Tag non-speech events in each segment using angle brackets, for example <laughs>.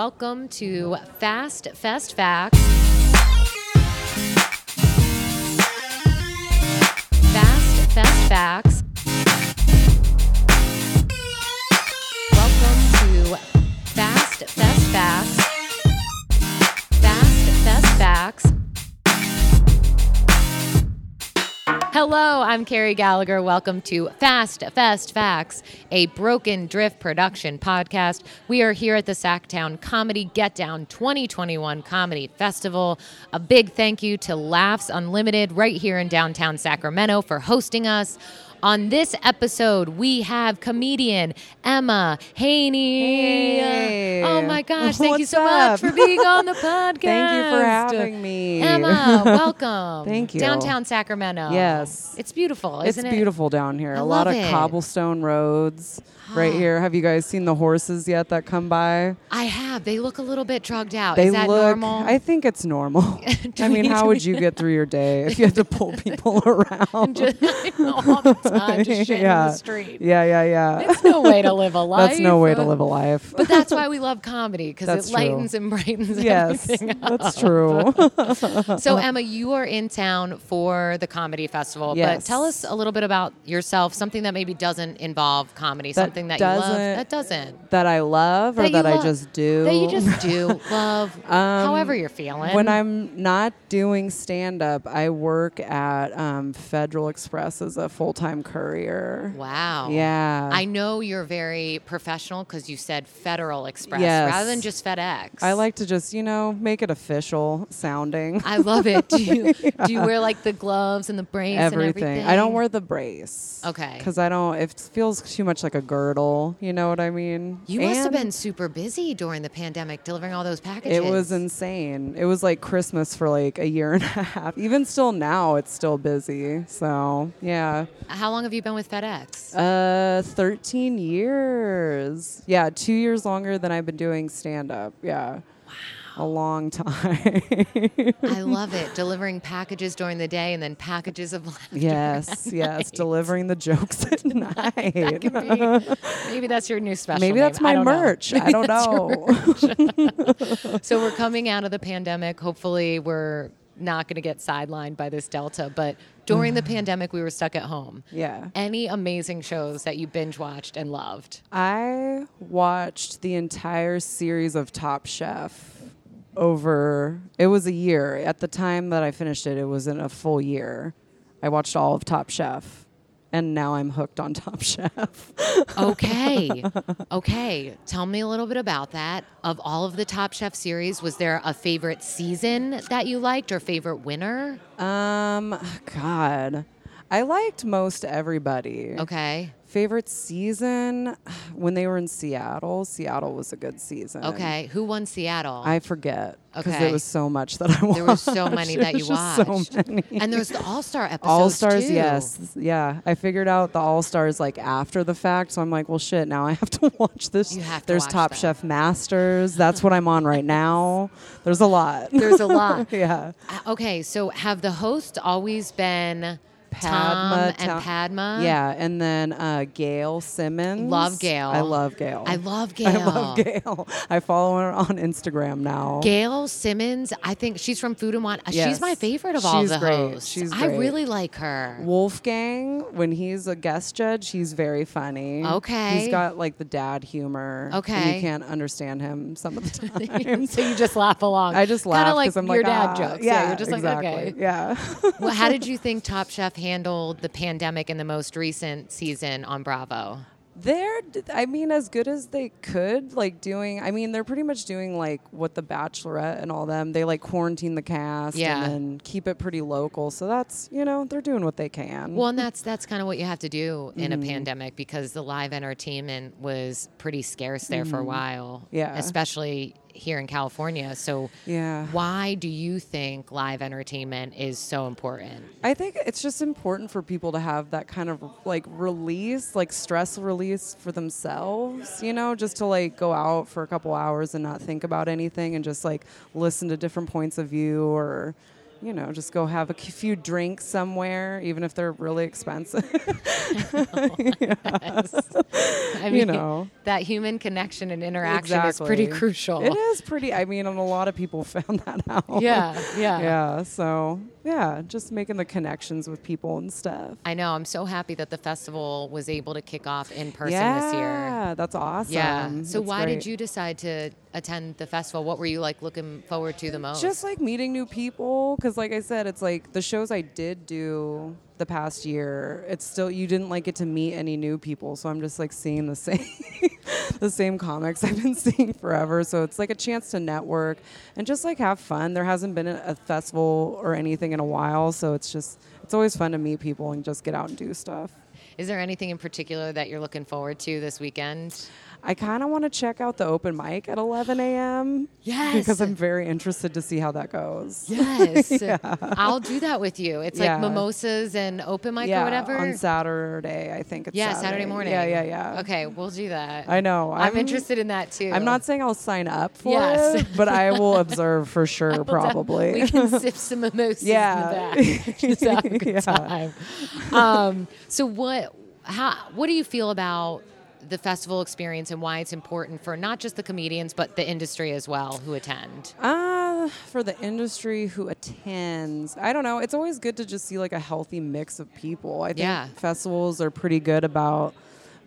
Welcome to Fast Fest Facts. Fast Fest Facts. Welcome to Fast Fest Facts. Fast Fest Facts. Hello, I'm Carrie Gallagher. Welcome to Fast Fest Facts, a Broken Drift production podcast. We are here at the Sacktown Comedy Get Down 2021 Comedy Festival. A big thank you to Laughs Unlimited right here in downtown Sacramento for hosting us. On this episode, we have comedian Emma Haney. Hey. Oh my gosh, thank you What's so up? <laughs> much for being on the podcast. Thank you for having me. <laughs> Emma, welcome. Thank you. Downtown Sacramento. Yes. It's beautiful, It's isn't it? beautiful down here. I A lot love of it. cobblestone <gasps> roads right here. Have you guys seen the horses yet that come by? I have. They look a little bit drugged out. They Is that look. normal? I think it's normal. I mean, how would you get through your day if you had <laughs> to pull people around? Just- <laughs> I know, all the time, <laughs> just shit in the street. Yeah, yeah, yeah. It's <laughs> no way to live a life. <laughs> That's no way to live a life. <laughs> But that's <laughs> why we love comedy because That's it true. lightens and brightens yes, <laughs> everything. that's true. <laughs> So Emma, you are in town for the comedy festival, but Yes. tell us a little bit about yourself. Something that maybe doesn't involve comedy. something that you love. doesn't- That doesn't. that I love or you that, I love- just do. Um, That you just do love. however you're feeling. <laughs> When I'm not doing stand up, I work at um, Federal Express as a full time courier. Wow. Yeah. I know you're very professional because you said Federal Express Yes. rather than just FedEx. I like to just, you know, make it official sounding. I love it. Do <laughs> you, do you wear like the gloves and the brace Everything. and everything? I don't wear the brace. Okay. Because I don't, it feels too much like a girdle. You know what I mean? You must have And been super busy during the pandemic delivering all those packages. It was insane. It was like Christmas for like a year and a <laughs> half. Even still now, it's still busy. So, yeah. How long have you been with FedEx? Uh, 13 years. Yeah, two years longer than I've been doing stand up. Yeah. Wow. A long <laughs> time. I love it. Delivering packages during the day and then packages <laughs> of <laughs> laughter. yes, yes. <laughs> Delivering the jokes <laughs> at night. Maybe, maybe that's your new special. Maybe that's name. I my don't know. merch. I don't know. <laughs> So we're coming out of the pandemic. Hopefully, we're not going to get sidelined by this Delta. But during the pandemic, we were stuck at home. Mm. Yeah. Any amazing shows that you binge watched and loved? I watched the entire series of Top Chef over it was a year. At the time that I finished it, it wasn't a full year. I watched all of Top Chef and now I'm hooked on <laughs> Top Chef. <laughs> Okay. okay. Tell me a little bit about that. Of all of the Top Chef series, was there a favorite season that you liked or favorite winner? Um god. I liked most everybody. Okay. Favorite season <sighs> when they were in Seattle. Seattle was a good season. Okay. Who won Seattle? I forget because Okay. there was so much that I watched. <laughs> there were so many that It you was just so watched. many. And there's the All Star episodes. All Stars, too. yes, yeah. I figured out the All Stars like after the fact, so I'm like, well, shit. Now I have to <laughs> watch this. You have to There's watch Top that. Chef Masters. That's what I'm on <laughs> right now. There's a lot. There's a lot. <laughs> yeah. Uh, Okay, so have the hosts always been Tom and Ta- Padma? Yeah, and then uh, Gail Simmons. Love Gail. I love Gail. <laughs> I love Gail. <laughs> I love Gail. I follow her on Instagram now. Gail Simmons, I think she's from Food and Wine. Uh, She's Yes. my favorite of all She's the great. hosts. She's I great. really like her. Wolfgang, when he's a guest judge, he's very funny. Okay. He's got like the dad humor. and Okay. you can't understand him some of <laughs> the time. so you just laugh along. I just laugh Kinda like because I'm your like, dad "Ah," jokes. Yeah, you're just exactly. like <laughs> okay. Yeah. <laughs> Well, how did you think Top Chef handled the pandemic in the most recent season on Bravo? they're, d- I mean, as good as they could, like doing. I mean, they're pretty much doing like what The Bachelorette and all them. They like quarantine the cast Yeah. and then keep it pretty local. So that's you know they're doing what they can. Well, and that's that's kind of what you have to do in Mm. a pandemic because the live entertainment was pretty scarce there for a while. Mm. Yeah. especially here in California. So, Yeah. why do you think live entertainment is so <laughs> important? <laughs> I think it's just important for people to have that kind of like release, like stress release for themselves, you know, just to like go out for a couple hours and not think about anything and just like listen to different points of view or you know, just go have a c- few drinks somewhere, even if they're really expensive. <laughs> I mean, you know. that human connection and interaction is pretty Exactly. crucial. It is pretty. I mean, and a lot of people <laughs> found that <laughs> out. Yeah, yeah. <laughs> Yeah. So, yeah, just making the connections with people and stuff. I know. I'm so happy that the festival was able to kick off in person yeah, this year. that's awesome. Yeah. So That's why great. did you decide to attend the festival? What were you like looking forward to the most? Just like meeting new people, because like I said, it's like the shows I did do the past year. It's still you didn't like get to meet any new people, so I'm just like seeing the <laughs> same, the same comics I've been <laughs> seeing forever. So it's like a chance to network and just like have fun. There hasn't been a a festival or anything in a while, so it's just it's always fun to meet people and just get out and do stuff. Is there anything in particular that you're looking forward to this <laughs> weekend? I kind of want to check out the open mic at 11 a.m. Yes. because I'm very interested to see how that goes. <laughs> Yes. I'll do that with you. It's Yeah. like mimosas and open mic yeah, or whatever. on Saturday. I think it's yeah, Saturday. morning. Yeah, yeah, yeah. Okay, we'll do that. I know. I'm, interested in that too. I'm not saying I'll sign up for Yes. it, but I will <laughs> observe for sure, probably. We can sip some mimosas <laughs> Yeah. in the back. <laughs> Just have a good <laughs> Yeah. time. Um, so what how what do you feel about the festival experience and why it's important for not just the comedians but the industry as well who attend? Uh, for the industry who attends, I don't know. It's always good to just see like a healthy mix of people. I think Yeah. festivals are pretty good about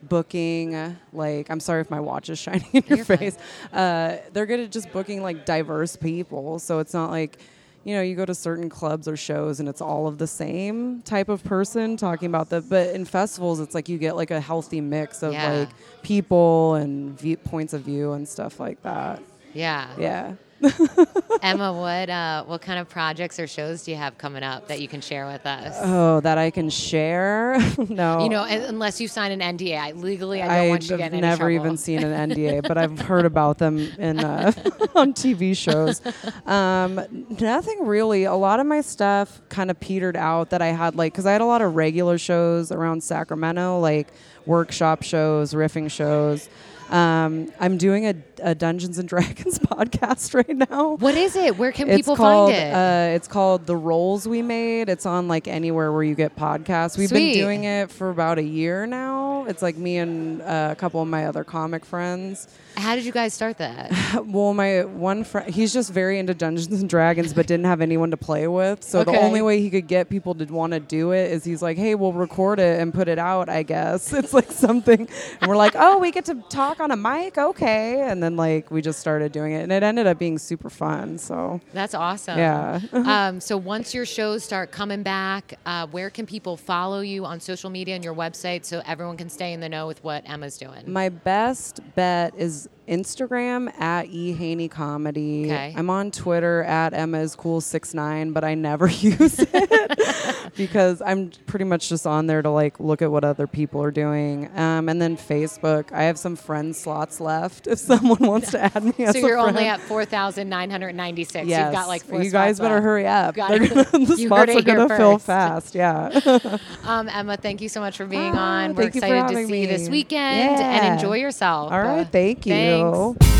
booking. Like, I'm sorry if my watch is <laughs> shining in your You're fine. face. Uh, they're good at just booking like diverse people, so it's not like. You know, you go to certain clubs or shows and it's all of the same type of person talking about the. But in festivals, it's like you get like a healthy mix of Yeah. like people and view, points of view and stuff like that. Yeah. Yeah. Emma, what uh, what kind of projects or shows do you have coming up that you can share with us? Oh, that I can share? <laughs> no. you know, un- unless you sign an NDA, I, legally I don't want you I've to get in any never trouble. even <laughs> seen an NDA, but I've heard about them in uh, <laughs> on TV shows. Um, nothing really. A lot of my stuff kind of petered out that I had like because I had a lot of regular shows around Sacramento, like workshop shows, riffing shows. Um, I'm doing a, a Dungeons and <laughs> Dragons podcast right now. What is it? Where can people called, find it? Uh, it's called The Rolls We Made. It's on like anywhere where you get podcasts. We've Sweet. been doing it for about a year now. It's like me and uh, a couple of my other comic friends. <laughs> How did you guys start that? Well, my one friend, he's just very into Dungeons and Dragons, but didn't have anyone to play with. So the Okay. only way he could get people to want to do it is he's like, hey, we'll record it and put it out, I guess. <laughs> It's like something. And we're like, oh, we get to talk on a mic? Okay. And then like we just started doing it. And it ended up being super fun. So. That's awesome. Yeah. Uh-huh. um, so once your shows start coming back, uh, where can people follow you on social media and your website so everyone can stay in the know with what Emma's doing? My best bet is Instagram at ehaney comedy. Okay. I'm on Twitter at Emma is cool six nine, but I never <laughs> use it <laughs> because I'm pretty much just on there to like look at what other people are doing. Um, and then Facebook. I have some friend slots left if <laughs> someone wants to add me. as so a you're only <laughs> friend. at 4,996. Yes. You've got like four you guys spots better left. hurry up. Got They're it. gonna- <laughs> the You heard it spots are here going to fill first. fast. Yeah. <laughs> Um, Emma, thank you so much for being Ah, on. We're thank you for excited to having see you this me. weekend and Yeah. enjoy yourself. All right. Thank you. Thanks.